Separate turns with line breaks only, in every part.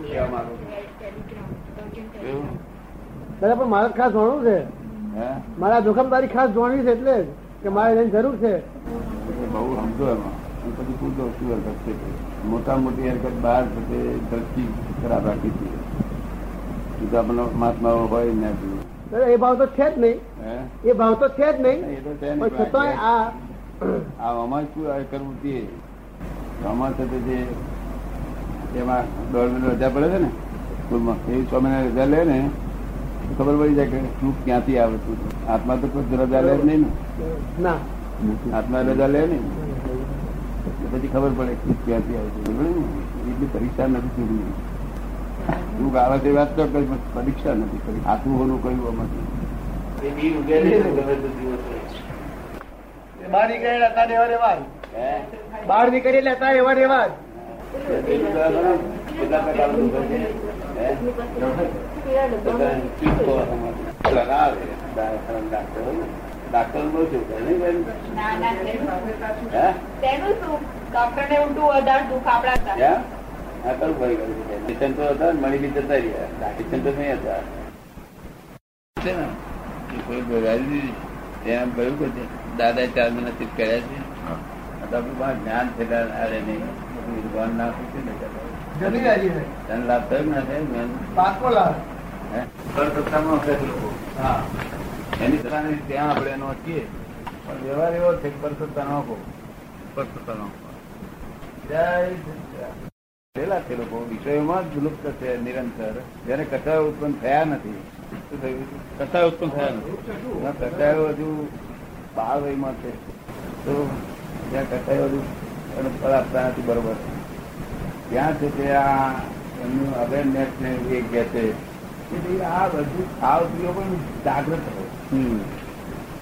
કહેવા માંગુ છું
એવું?
દાદા પણ મારે ખાસ જોણવું છે
હે
મારા જોખમદારી ખાસ જોણવી છે એટલે જ કે મારે એની જરૂર છે
એટલે બહુ સમજો એમાં અને પછી પૂછો શું હરકત છે મોટા મોટી હરકત બહાર થશે દ્રષ્ટિ ખરાબ રાખી છે જુદા મનો- મહાત્માઓ હોય ને બધું.
દાદા એ ભાવ તો છે જ નહીં
હે
એ ભાવ તો છે જ નહીં
એ તો છે
પણ
નહીં
છતાંય
પણ
આ
આ આમાં શું આ કરવું તે આમાં થતે જે એમાં દોઢ મહિના રજા પડે છે ને સ્કૂલમાં એવી છ મહિના રજા લે ને તો ખબર પડી જાય કે શું ક્યાંથી આવે છું આત્મા તો કોઈ રજા લે જ નહીં
ના
ને આત્મા રજા લે નહીં એટલે પછી ખબર પડે કે ક્યાંથી આવે છે બરાબર ને એટલી પરીક્ષા નથી ચૂંટણી હું ગાવા તે વાત તો કઈ પરીક્ષા નથી કરી આથું હોનું કહ્યું આમાંથી
એ બી ઉગે નહીં ને ગમે તે દિવસે.
બહાર નીકળે લેતા રેવા રેવા
હે?
બહાર નીકળે લેતા રેવા રેવા
એ બધા ઘણા બધા પ્રકારનું દુઃખ છે. હે? બધા ચૂપ થવાના માટે. ના આવે. દા- ખરા ડાક્ટર હોય ને. ડાક્ટર નો શું કહે નહીં બેન? હે? હે? આ કયું ભાઈ કર્યું છે? કિશન તો હતા ને મળી બી જતા રહ્યા કિશન તો નહીં હતા છે ને એ કોઈ બોલાવી દીધી ત્યાં કહ્યું કે તે દાદા ચાર મહિના ચીજ કર્યા છે આ તો આપણું બહાર જ્ઞાન થયેલા આડે નહીં બધું વિદ્વાન ના પૂછે ને તને
જમી લાગી છે
લાભ થયો કે ના થયો મેં
પાકો લાવે
હે? પર સત્તામાં હશે તે લોકો હા એની સત્તાની ત્યાં આપણે એનો છીએ પણ વ્યવહાર એવો છે કે પર સત્તા નો કહો પર સત્તા નો કહો. જય સચ્ચિદાનંદ. પેલા તે લોકો વિષયોમાં જ લુપ્ત છે નિરંતર જયારે કથાઓ ઉત્પન્ન થયા નથી શું થયું કથા ઉત્પન્ન થયા નથી ના, કથાઓ હજુ બાળ વયમાં છે તો ત્યાં કથાઓ હજુ એનું ફળ આપતા નથી બરોબર ત્યાં છે તે આ એમનું અવેરનેસ ને એ કહે છે કે ભઈ આ બધું આ ઉદ્યોગો પણ જાગ્રત રહો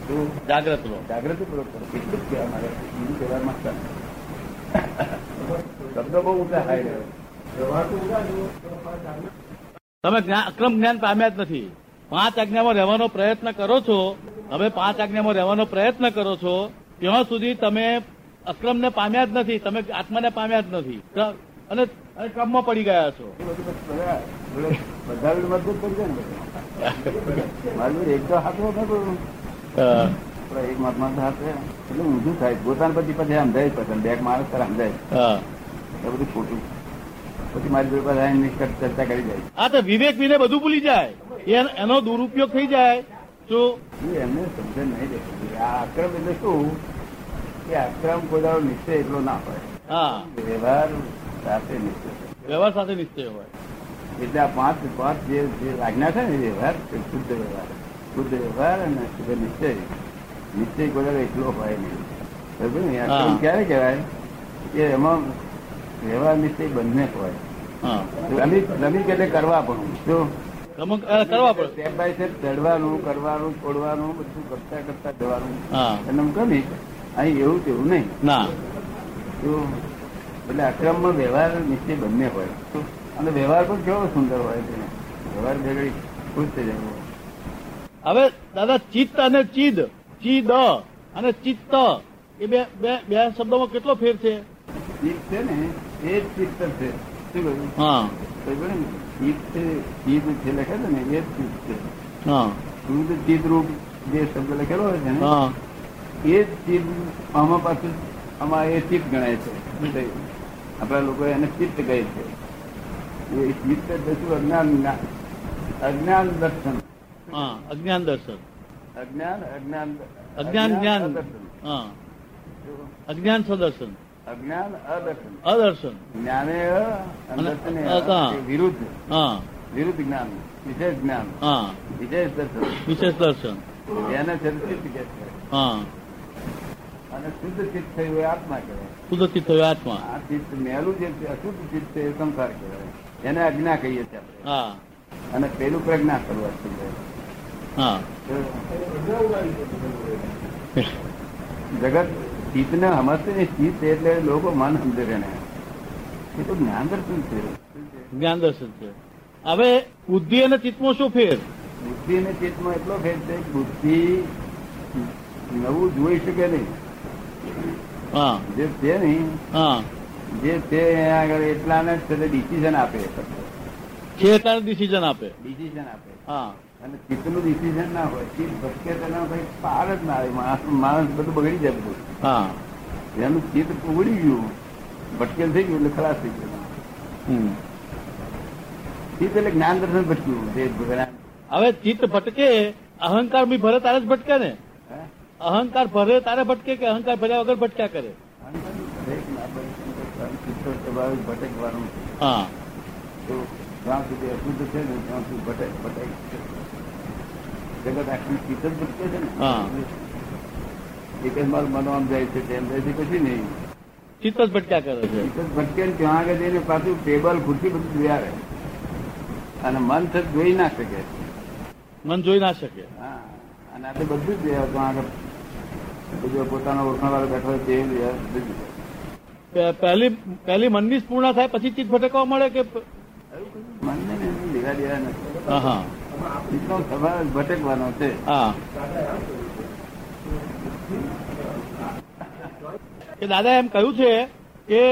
તો
જાગ્રત રહો
જાગૃતિ પૂર્વક કરો એટલું જ કહેવા માંગે છે. બીજું કહેવા માંગતા નથી. શબ્દો બહુ ઊંચા થાય છે.
તમે જ્ઞા- અક્રમ જ્ઞાન પામ્યા જ નથી પાંચ આજ્ઞામાં રહેવાનો પ્રયત્ન કરો છો તમે પાંચ આજ્ઞામાં રહેવાનો પ્રયત્ન કરો છો ત્યાં સુધી તમે અક્રમને પામ્યા જ નથી તમે આત્માને પામ્યા જ નથી ક્ર- અને અને ક્રમમાં પડી ગયા છો
એ બધું બસ બધા જોડે બધા જોડે મજબૂત કરી દે ને બધા. મારું જોડે એક તો હાથ હોય ને કોઈ. પણ એક મહાત્મા તો હાથ હોય. એટલે ઊંધું થાય પોતાના પછી પછી સમજાય જ પછી બે એક માણસ તારે સમજાય એ બધું ખોટું પછી મારી જોડે બધા એની નિષ્કટ ચર્ચા કરી જાય
આ તો વિવેક વિને બધું ભૂલી જાય એન- એનો દુરુપયોગ થઈ જાય તો
એ એમને સમજણ નહીં દેખાતી આ આક્રમ એટલે શું કે આક્રમ કોઈ દાડો નિશ્ચય એટલો ના પડે
હા
વ્યવહાર સાથે નિશ્ચય
વ્યવહાર સાથે નિશ્ચય હોય
એટલે આ પાંચ પાંચ જે જે આજ્ઞા છે ને એ વ્યવહાર એ શુદ્ધ વ્યવહાર શુદ્ધ વ્યવહાર અને શુદ્ધ નિશ્ચય નિશ્ચય કોઈ દાડો એકલો હોય નહીં બરાબર ને? આ
હા.
કર્મ ક્યારે કહેવાય કે એમાં વ્યવહાર નિશ્ચય બંને હોય
હા
રમી રમી એટલે કરવા પણ શું
ક્રમ અ, કરવા પડે
સ્ટેપ બાય સ્ટેપ ચડવાનું કરવાનું છોડવાનું બધું કરતા કરતા જવાનું
હા
અને એમ ગમી અહીં એવું તેવું નહીં
ના
તો એટલે અક્રમમાં વ્યવહાર નિશ્ચય બંને હોય તો અને વ્યવહાર પણ કેવો સુંદર હોય છે વ્યવહાર ભેગડી ખુશ થઈ જવું
હવે દાદા ચિત્ત અને ચિદ ચિદ અને ચિત્ત એ બે બે બે શબ્દોમાં કેટલો ફેર છે
ચિત્ત છે ને એ જ ચિત્ત છે શું કહ્યું
હા
ખબર ને ચિત્ત ચિત્ત છે લખે છે ને એ જ ચિત્ત છે
હા
શુદ્ધ ચિત્તરૂપ જે શબ્દ લખેલો હોય છે ને
હા
એ જ ચિત્ત આમાં પાછું આમાં એ ચિત્ત ગણાય છે શું થયું? આપણા લોકો એને ચિત્ત કહે છે એ ચિત્ત એટલે શું અજ્ઞાન જ્ઞાન. અજ્ઞાન દર્શન
હા અજ્ઞાન દર્શન
અજ્ઞાન અજ્ઞાન
અજ્ઞાન જ્ઞાન
અદર્શન.
હા અજ્ઞાન સદર્શન
અજ્ઞાન અદર્શન
અદર્શન
જ્ઞાને અ,
અને
દર્શને અ.
અ,
એ વિરુદ્ધ
હા
વિરુદ્ધ જ્ઞાન વિશેષ જ્ઞાન
હા
વિશેષ દર્શન
વિશેષ દર્શન
જેને ચર્ચિત કહે છે
હા
અને શુદ્ધ ચિત્ત થયું એ આત્મા કહેવાય
કુદરતી થયો આત્મા
આ ચિત્ત મેલું જે છે, અશુદ્ધ ચિત્ત છે એ સંસાર કહેવાય એને અજ્ઞા કહીએ છીએ આપણે
હા
અને પેલું પ્રજ્ઞા શરૂઆત થઈ જાય
હા
તો જગત ચિત્તને સમજશે ને ચિત્ત એટલે લોકો મન સમજે છે એને એ તો જ્ઞાન દર્શન છે
જ્ઞાન દર્શન છે હવે બુદ્ધિ અને ચિત્તમાં શું ફેર
બુદ્ધિ અને ચિત્તમાં એટલો ભેદ છે કે બુદ્ધિ નવું જોઈ શકે નહીં
હા
જે છે નહીં
હા
જે છે એ આગળ એટલાને જ ડિસિઝન આપે
છે ત્યારે ડિસિઝન આપે
ડિસિઝન આપે
હા
અને ચિત્તનું ડિસિઝન ના હોય ચિત્ત ભટકેતાના ભાઈ પાર જ ના આવે માણસ માણસ બધું બગડી જાય બધું
હા
એનું ચિત્ત ઉગડી ગયું ભટકેલ થઈ ગયું એટલે ખલાસ થઈ ગયું
હમ.
ચિત્ત એટલે જ્ઞાન દર્શન ભટક્યું જે ભગવાન
હવે ચિત્ત ભટકે અહંકાર બી ભરે તારે જ ભટકે ને
હે?
અહંકાર ભરે તારે ભટકે કે અહંકાર ભર્યા વગર ભટક્યા કરે
દરેક નાગરિકનું ચિત્ત સ્વાભાવિક ભટકવાનું છે.
હા
તો જ્યાં સુધી અશુદ્ધ છે ને ત્યાં સુધી ભટક ભટક છે. જગત આખું ચિત્ત જ ભટકે છે
હા.
ને એક જ મારું મનો આમ જાય છે તેમ જાય છે કશું નહીં
ચિત્ત જ ભટક્યા કરે છે
ચિત્ત ભટકે ને ત્યાં આગળ જઈને પાછું ટેબલ ખુરશી બધું જોયા રહે અને મન તો જોઈ ના શકે
મન જોઈ ના શકે
હા અને આપણે બધું જ જોયા ત્યાં આગળ બધું પોતાનો ઓળખાણવાળો બેઠો હોય તે જોયા બધું જ જોયા.
પે- પહેલી પહેલી મનની જ પૂર્ણ થાય પછી ચિત્ત ભટકવા મળે કે પ-
એવું કશું મનને ને એનું લેવા દેવા નથી
હા હા
ચિત્તનો સ્વભાવ ભટકવાનો છે
હા કે દાદા એમ કહ્યું છે કે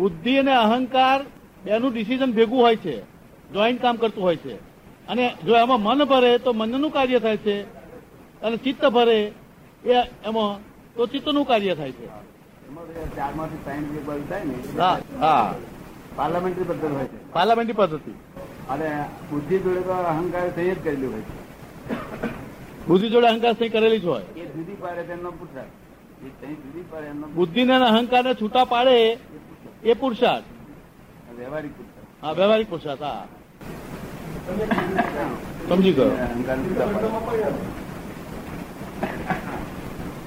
બુદ્ધિ અને અહંકાર બેનું ડિસિઝન ભેગું હોય છે જોઈન્ટ કામ કરતું હોય છે અને જો એમાં મન ભરે તો મનનું કાર્ય થાય છે અને ચિત્ત ભરે એ એમાં તો ચિત્તનું કાર્ય થાય છે
એમાં બધા ચારમાંથી ત્રણ જે બળ થાય ને એ
હા હા
પાર્લામેન્ટરી પદ્ધતિ હોય છે
પાર્લામેન્ટની પદ્ધતિ
અને બુદ્ધિ જોડે તો અહંકાર થઈ જ કરેલું હોય
બુદ્ધિ જોડે અહંકાર સહી કરેલી જ હોય
છે એ જુદી પાડે તેમનો પુરસાદ એ તઈ જુદી પાડે એમનો
બુદ્ધિને અને અહંકારને છૂટા પાડે
એ પુરસાદ.
એ પુરુષાર્થ
વ્યવહારિક પુરસાદ
હા વ્યવહારિક પુરુષાર્થ હા સમજી ગયો
અહંકાર જુદા પાડે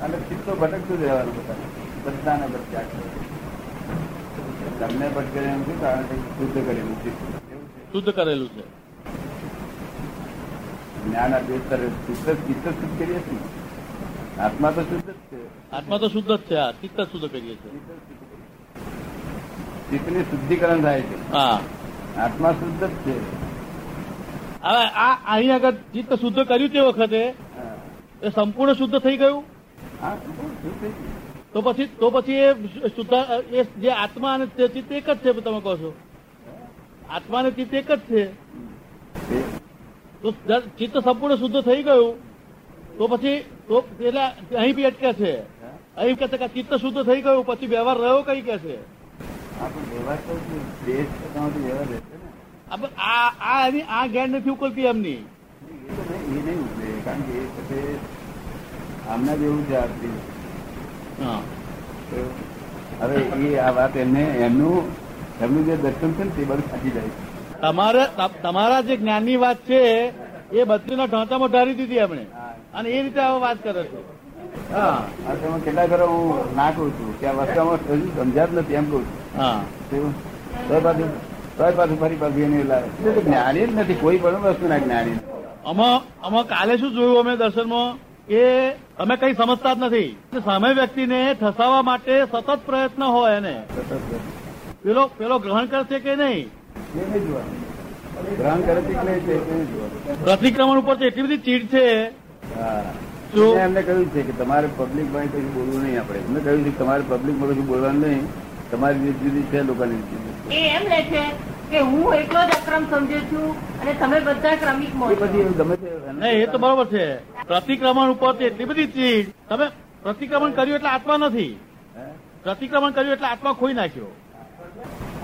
અને ચિત્તો ભટકતું રહેવાનું બધા બધાને ભટક્યા કરે. તમને ભટકે એમ શું કારણ કે શુદ્ધ કરેલું ચિત્ત એવું છે.
શુદ્ધ કરેલું છે
જ્ઞાન અભ્યાસ કરે શુદ્ધ જ- ચિત્ત જ શુદ્ધ કરીએ છીએ આત્મા તો શુદ્ધ જ છે
આત્મા તો શુદ્ધ જ છે આ ચિત્ત જ શુદ્ધ કરીએ છીએ
ચિત્ત જ શુદ્ધ કરીએ છીએ. ચિત્તનું શુદ્ધિકરણ થાય છે
હા
આત્મા શુદ્ધ જ છે
હવે આ અહીં આગળ ચિત્ત શુદ્ધ કર્યું તે વખતે
હા.
એ સંપૂર્ણ શુદ્ધ થઈ ગયું
હા, સંપૂર્ણ શુદ્ધ થઈ ગયું.
તો પછી તો પછી એ શુદ્ધ એ જે આત્મા અને તે ચિત્ત એક જ છે તમે કહો છો આત્મા અને ચિત્ત એક જ છે
એ
તો જ્યારે ચિત્ત સંપૂર્ણ શુદ્ધ થઈ ગયું તો પછી તો એટલે અહીં બી અટકે છે અહીં કહે છે કે આ ચિત્ત શુદ્ધ થઈ ગયું પછી વ્યવહાર રહ્યો કઈ કે છે
હા, પણ વ્યવહાર તો શું? દેશ તો તમારો વ્યવહાર રહેશે ને
આ બ- આ આ એની આ ગેર નથી ઉકલતી એમની
એ તો નહીં- એ નહીં ઉતરે કારણ કે એ સાથે આમના જેવું છે આપણી
હા
તો હવે એ આ વાત એમને એમનું એમનું જે દર્શન છે ને તે બધું સાચી જાય છે
તમારે ત- તમારા જે જ્ઞાનની વાત છે એ બત્રીના ઢાંચામાં ઢારી દીધી એમણે
હા.
અને એ રીતે હવે વાત કરે છે હા
આ તમે કેટલા ઘરે હું ના કહું છું કે આ વસ્તામાં હજુ સમજાત નથી એમ કહું
હા
છું તોય પાછું તોય પાછું ફરી પાછું એને લાવે એટલે તો જ્ઞાની જ નથી કોઈ પણ વસ્તુના જ્ઞાની નથી.
આમાં આમાં કાલે શું જોયું અમે દર્શનમાં કે અમે કઈ સમજતા જ નથી એટલે સામે વ્યક્તિને ઠસાવા માટે સતત પ્રયત્ન હોય એને
સતત
પેલો પેલો ગ્રહણ કરશે કે નહીં
એ નહીં જોવાનું. ગ્રહણ કરે છે એટલે છે એ નહીં જોવાનું.
પ્રતિક્રમણ ઉપર તો એટલી બધી ચીડ છે
હા.
જો-
મેં એમને કહ્યું છે કે તમારે પબ્લિક માં કશું બોલવું નહીં આપણે મેં કહ્યું છે કે તમારે પબ્લિક માં કશું બોલવાનું નહીં તમારી રીત જુદી છે લોકોની રીત જુદી
એ એમ લે છે કે હું એટલો જ અક્રમ સમજુ છું અને તમે બધા ક્રમિક
છે એ
મોડો
પછી એવું ગમે તે
નહીં એ તો બરોબર છે પ્રતિક્રમણ ઉપર તો એટલી બધી ચીડ તમે પ્રતિક્રમણ કર્યું એટલે આત્મા નથી
હે?
પ્રતિક્રમણ કર્યું એટલે આત્મા ખોઈ નાખ્યો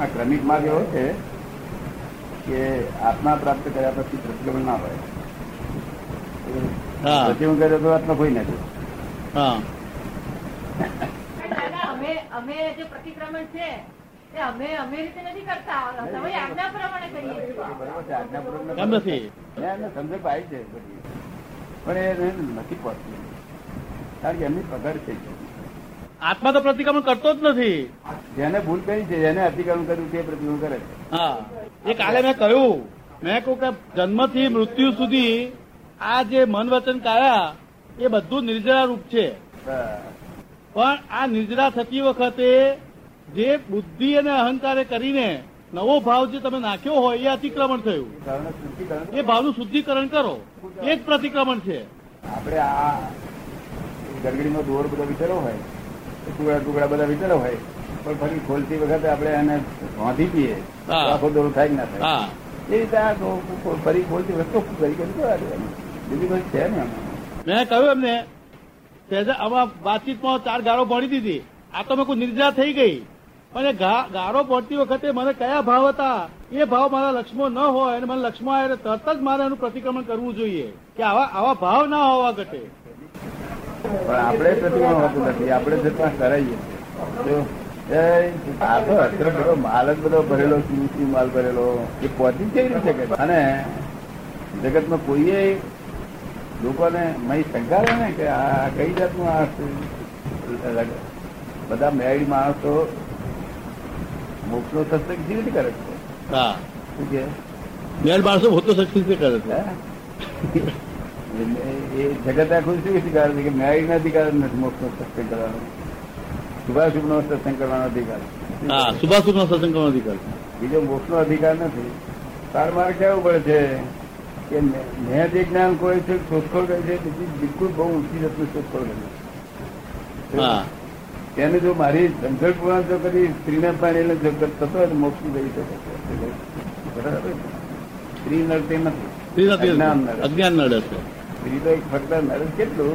આ ક્રમિક માર્ગ એવો છે કે આત્મા પ્રાપ્ત કર્યા પછી પ્રતિક્રમણ ના હોય
હા.
પ્રતિક્રમણ કર્યો તો આત્મા કોઈ નથી
હા
દાદા અમે અમે જે પ્રતિક્રમણ છે એ અમે અમે રીતે નથી કરતા તમે આજ્ઞા પ્રમાણે કરીએ છીએ
બરોબર છે, આજ્ઞાપૂર્વકને
કેમ નથી
મેં એમને સમજણ પાડી છે બધી. પણ એ એને નથી પહોંચતી કારણ કે એમની પકડ છે
આત્મા તો પ્રતિક્રમણ કરતો જ નથી
જેને ભૂલ કરી છે જેને અતિક્રમણ કર્યું તે પ્રતિક્રમણ કરે છે
હા એ કાલે મેં કહ્યું મેં કહ્યું કે જન્મથી મૃત્યુ સુધી આ જે મન વચન કાયા એ બધું નિર્જરા રૂપ છે
બસ.
પણ આ નિર્જરા થતી વખતે જે બુદ્ધિ અને અહંકારે કરીને નવો ભાવ જે તમે નાખ્યો હોય એ અતિક્રમણ થયું
ભાવને શુદ્ધિ કરો.
એ ભાવનું શુદ્ધિકરણ કરો એ જ પ્રતિક્રમણ છે
આપણે આ ગરગડીનો દોર બધો વિચારો હોય ટુકડા ટુકડા બધા વિચારો હોય પણ ફરી ખોલતી વખતે આપણે એને વાંધી દઈએ તો
હા.
આખો દોર થાય કે ના થાય
હા
એ રીતે આ તો કો- ફરી બોલતી વસ્તુ ફરી કરી તો આ દેવાનું. બીજી કોઈ છે ને આમાં.
મેં કહ્યું એમને સહેજા આમાં વાતચીતમાં ચાર ગાળો ભણી દીધી આ તો મેં કોઈ નિર્જા થઈ ગઈ પણ એ ગા- ગાળો ભણતી વખતે મને કયા ભાવ હતા એ ભાવ મારા લક્ષ્મણ ન હોય અને મને લક્ષ્મણ આવે એટલે તરત જ મારે એનું પ્રતિક્રમણ કરવું જોઈએ કે આવા આવા ભાવ ના હોવા ઘટે
પણ આપણે પ્રતિમા હોતું નથી આપણે જતા કરાઈએ જો, એ આ તો અત્યારે બધો માલ જ બધો ભરેલો કિંમતી માલ ભરેલો એ પહોંચી જ કેવી રીતે શકે? અને જગતમાં કોઈએ લોકોને મય શંકા રહે ને કે આ કઈ જાતનું આ છે? બધા મેરીડ માણસો મોક્ષનો સત્સંગ કેવી રીતે કરે છે
હા
શું કે
મેલ માણસો ભૂતો સક્સેસ કરે
હે? એ જગત આખું શું અધિકાર છે કે ન્યાય ના અધિકાર નથી મોક્ષનો સત્સંગ કરવાનો શુભાશુભ નો સત્સંગ કરવાનો અધિકાર
હા સુભાષુભ નો સત્સંગ કરવાનો અધિકાર
બીજો મોક્ષનો અધિકાર નથી તાર મારે કહેવું પડે છે કે મેં- મેં જે જ્ઞાન કોઈ છે શોધખોળ કરી છે બીજી બિલકુલ બહુ ઊંચી જતની શોધખોળ કરી છે.
હા
તેને જો મારી સમજણ પૂર્ણ જો કરી સ્ત્રીને પણ એટલે જગત થતો હોય તો મોક્ષ જઈ શકે છે. બરાબર છે? સ્ત્રી નડતી નથી અજ્ઞાન નડે છે.
અજ્ઞાન નડે છે
બીજું તો એક ફક્ત નરસ કેટલું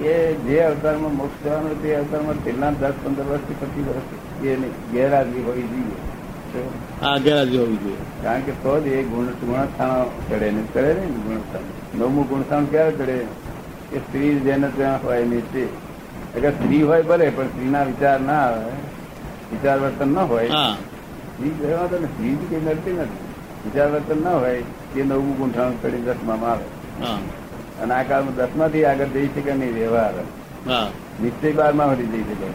કે જે અવતારમાં મોક્ષ થવાનો તે અવતારમાં છેલ્લા દસ પંદર વર્ષથી પચીસ વર્ષથી એની ગેરહાજરી હોવી જોઈએ તો
આ ગેરહાજરી હોવી જોઈએ
કારણ કે તો જ એ ગુણ ગુણસ્થાન ચડે ને ચડે ને ગુણસ્થાન નવમું ગુણસ્થાન ક્યારે ચડે કે સ્ત્રી જેને ત્યાં હોય ને તે અગર સ્ત્રી હોય ભલે પણ સ્ત્રીના વિચાર ના આવે વિચાર વર્તન ન હોય
હા
સ્ત્રી કહેવા તો ને સ્ત્રી જ કઈ નડતી નથી વિચાર વર્તન ના હોય તે નવમું ગુણસ્થાન ચડી દસમામાં આવે
હા
અને આ કાળમાં દસમાંથી આગળ જઈ શકે નહીં વ્યવહાર
હા
નિશ્ચય બારમાં સુધી જઈ શકે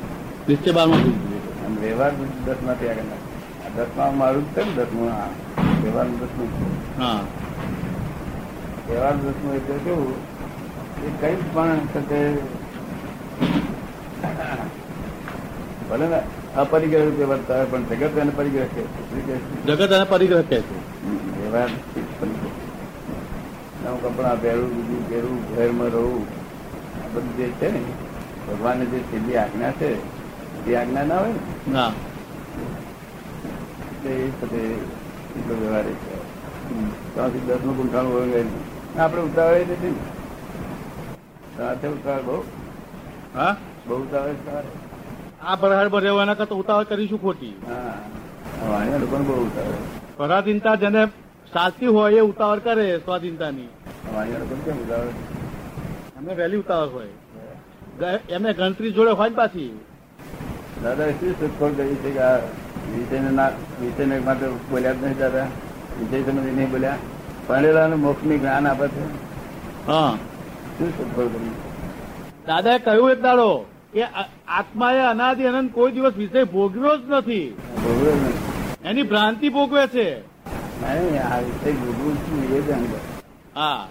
નિશ્ચય બારમાં થઈ ગયું.
અને વ્યવહાર દસમાંથી આગળ ના આ દસમાં મારું જ છે ને દસમું આ વ્યવહારનું દસમું જ છે.
હા
વ્યવહારનું દસમું એટલે કેવું કે કંઈ પણ સાથે ભલે ને અપરિગ્રહ રૂપે વર્તાવે પણ જગત એને પરિગ્રહ કહે છે. શું કહે છે
જગત અને પરિગ્રહ કહે છે
વ્યવહાર નવું કપડાં પહેરવું બીજું પહેરવું ઘરમાં રહું આ બધું જે છે ને ભગવાને જે સીધી આજ્ઞા છે તે આજ્ઞા ના હોય ને
હા
એટલે એ સાથે એટલો વ્યવહાર એ છે ત્રણથી દસ નું ગુંઠાણું હોય ગયું ના, આપણે ઉતાવળ નથી ને સાથે ઉતાવળ બહુ
હા
બહુ ઉતાવળ સવારે.
આ ભરહાડમાં રહેવા એના કરતા ઉતાવળ કરીશું ખોટી
હા વાણીના લોકોને બહુ ઉતાવળ
પરાધીનતા જેને સાચી હોય એ ઉતાવળ કરે સ્વાધીનતાની
વાણીના લોકોને કેમ ઉતાવળ
એમને વહેલી ઉતાવળ હોય ગ- એમને ગણતરી જોડે હોય ને પાછી
દાદા શું શોધખોળ કરી છે કે આ વિષયને ના વિષયને માટે બોલ્યા જ નહીં દાદા વિષય સંબંધી નહીં બોલ્યા ભણેલાને મોક્ષની જ્ઞાન આપે છે
હા
શું શોધખોળ કરી
દાદાએ કહ્યું એક દાડો કે આ- આત્માએ અનાદિ અનંત કોઈ દિવસ વિષય ભોગવ્યો જ નથી
ભોગવે જ નહીં.
એની ભ્રાંતિ ભોગવે છે
નહીં આ વિષય ભોગવું છું એ જ અંદર
હા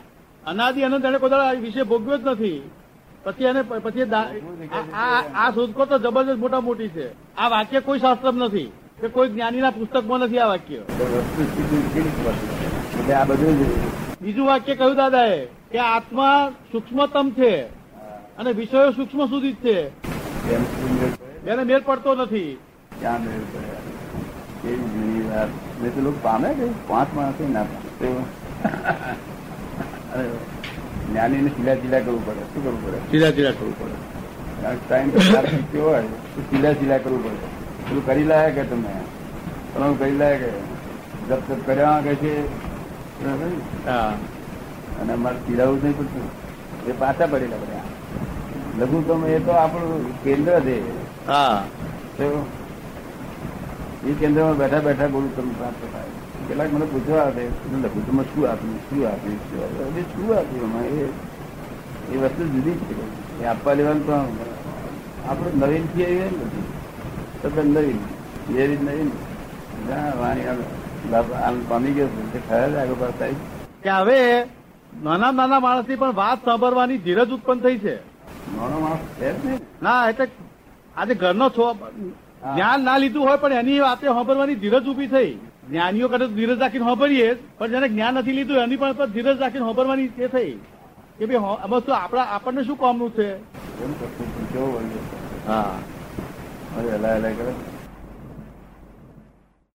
અનાદિ અનંત એને કોઈ દાડો આ વિષય ભોગવ્યો જ નથી પછી એને પ- પછી એ દા- આ- આ આ શોધખોળ તો જબરજસ્ત મોટા મોટી છે આ વાક્ય કોઈ શાસ્ત્રમાં નથી કે કોઈ જ્ઞાનીના પુસ્તકમાં નથી આ વાક્ય
તો વસ્તુ સીધી કેવી રીતે વસ્તુ? એટલે આ બધું જ
બીજું વાક્ય કહ્યું દાદાએ કે આત્મા સૂક્ષ્મતમ છે
Ah,
અને વિષયો સૂક્ષ્મ સુધી જ છે
એમ સુંદર છે.
એને મેળ પડતો નથી
ક્યાં મેળ પડે? કેવી જૂની વાત મેં તો લોકો પામે કે પાંચ માણસ ના પામે. તો અરે, જ્ઞાનીને સીલા સીલા કરવું પડે શું કરવું પડે
ધીરા ધીરા કરવું
ટાઈમ હોય તો સીધા સીધા કરવું પડે પેલું કરી લાયા કે તમે પેલું કરી લાયા કે જપ તપ કર્યા કે છે બરાબર ને?
હા
અને અમારે પીડાવું નહીં પડતું એ પાછા પડેલા બધા લઘુત્તમ એ તો આપણું કેન્દ્ર છે
હા
તો એ કેન્દ્રમાં બેઠા બેઠા ગુરુત્તમ પ્રાપ્ત થાય કેટલાક મને પૂછવા આવે કે લઘુત્તમ શું આપ્યું શું આપ્યું શું આપ્યું હવે શું આપ્યું એમાં એ એ વસ્તુ જુદી જ છે એ આપવા લેવાનું પણ આપણે નવીન થી એવી નથી તદ્દન નવીન એ રીત નવીન ના, વાણી આમ બાપ- આમ પામી ગયો છું તે ખરા જ આગળ પાછળ થાય
કે હવે નાના નાના માણસની પણ વાત સાંભળવાની ધીરજ ઉત્પન્ન થઈ છે
નાનો માણસ છે જ નહીં
ના એટલે આજે ઘરનો છો જ્ઞાન ના લીધું હોય પણ એની વાતે સાંભળવાની ધીરજ ઉભી થઈ જ્ઞાનીઓ કરતા તો ધીરજ રાખીને સાંભળીએ જ, પણ જેને જ્ઞાન નથી લીધું એની પણ પર ધીરજ રાખીને સાંભળવાની એ થઈ કે ભાઈ હો- આમાં શું આપણા આપણને શું કામનું છે
એમ કશું પૂછ્યો વળી
હા
હવે હલાય હલાય કરે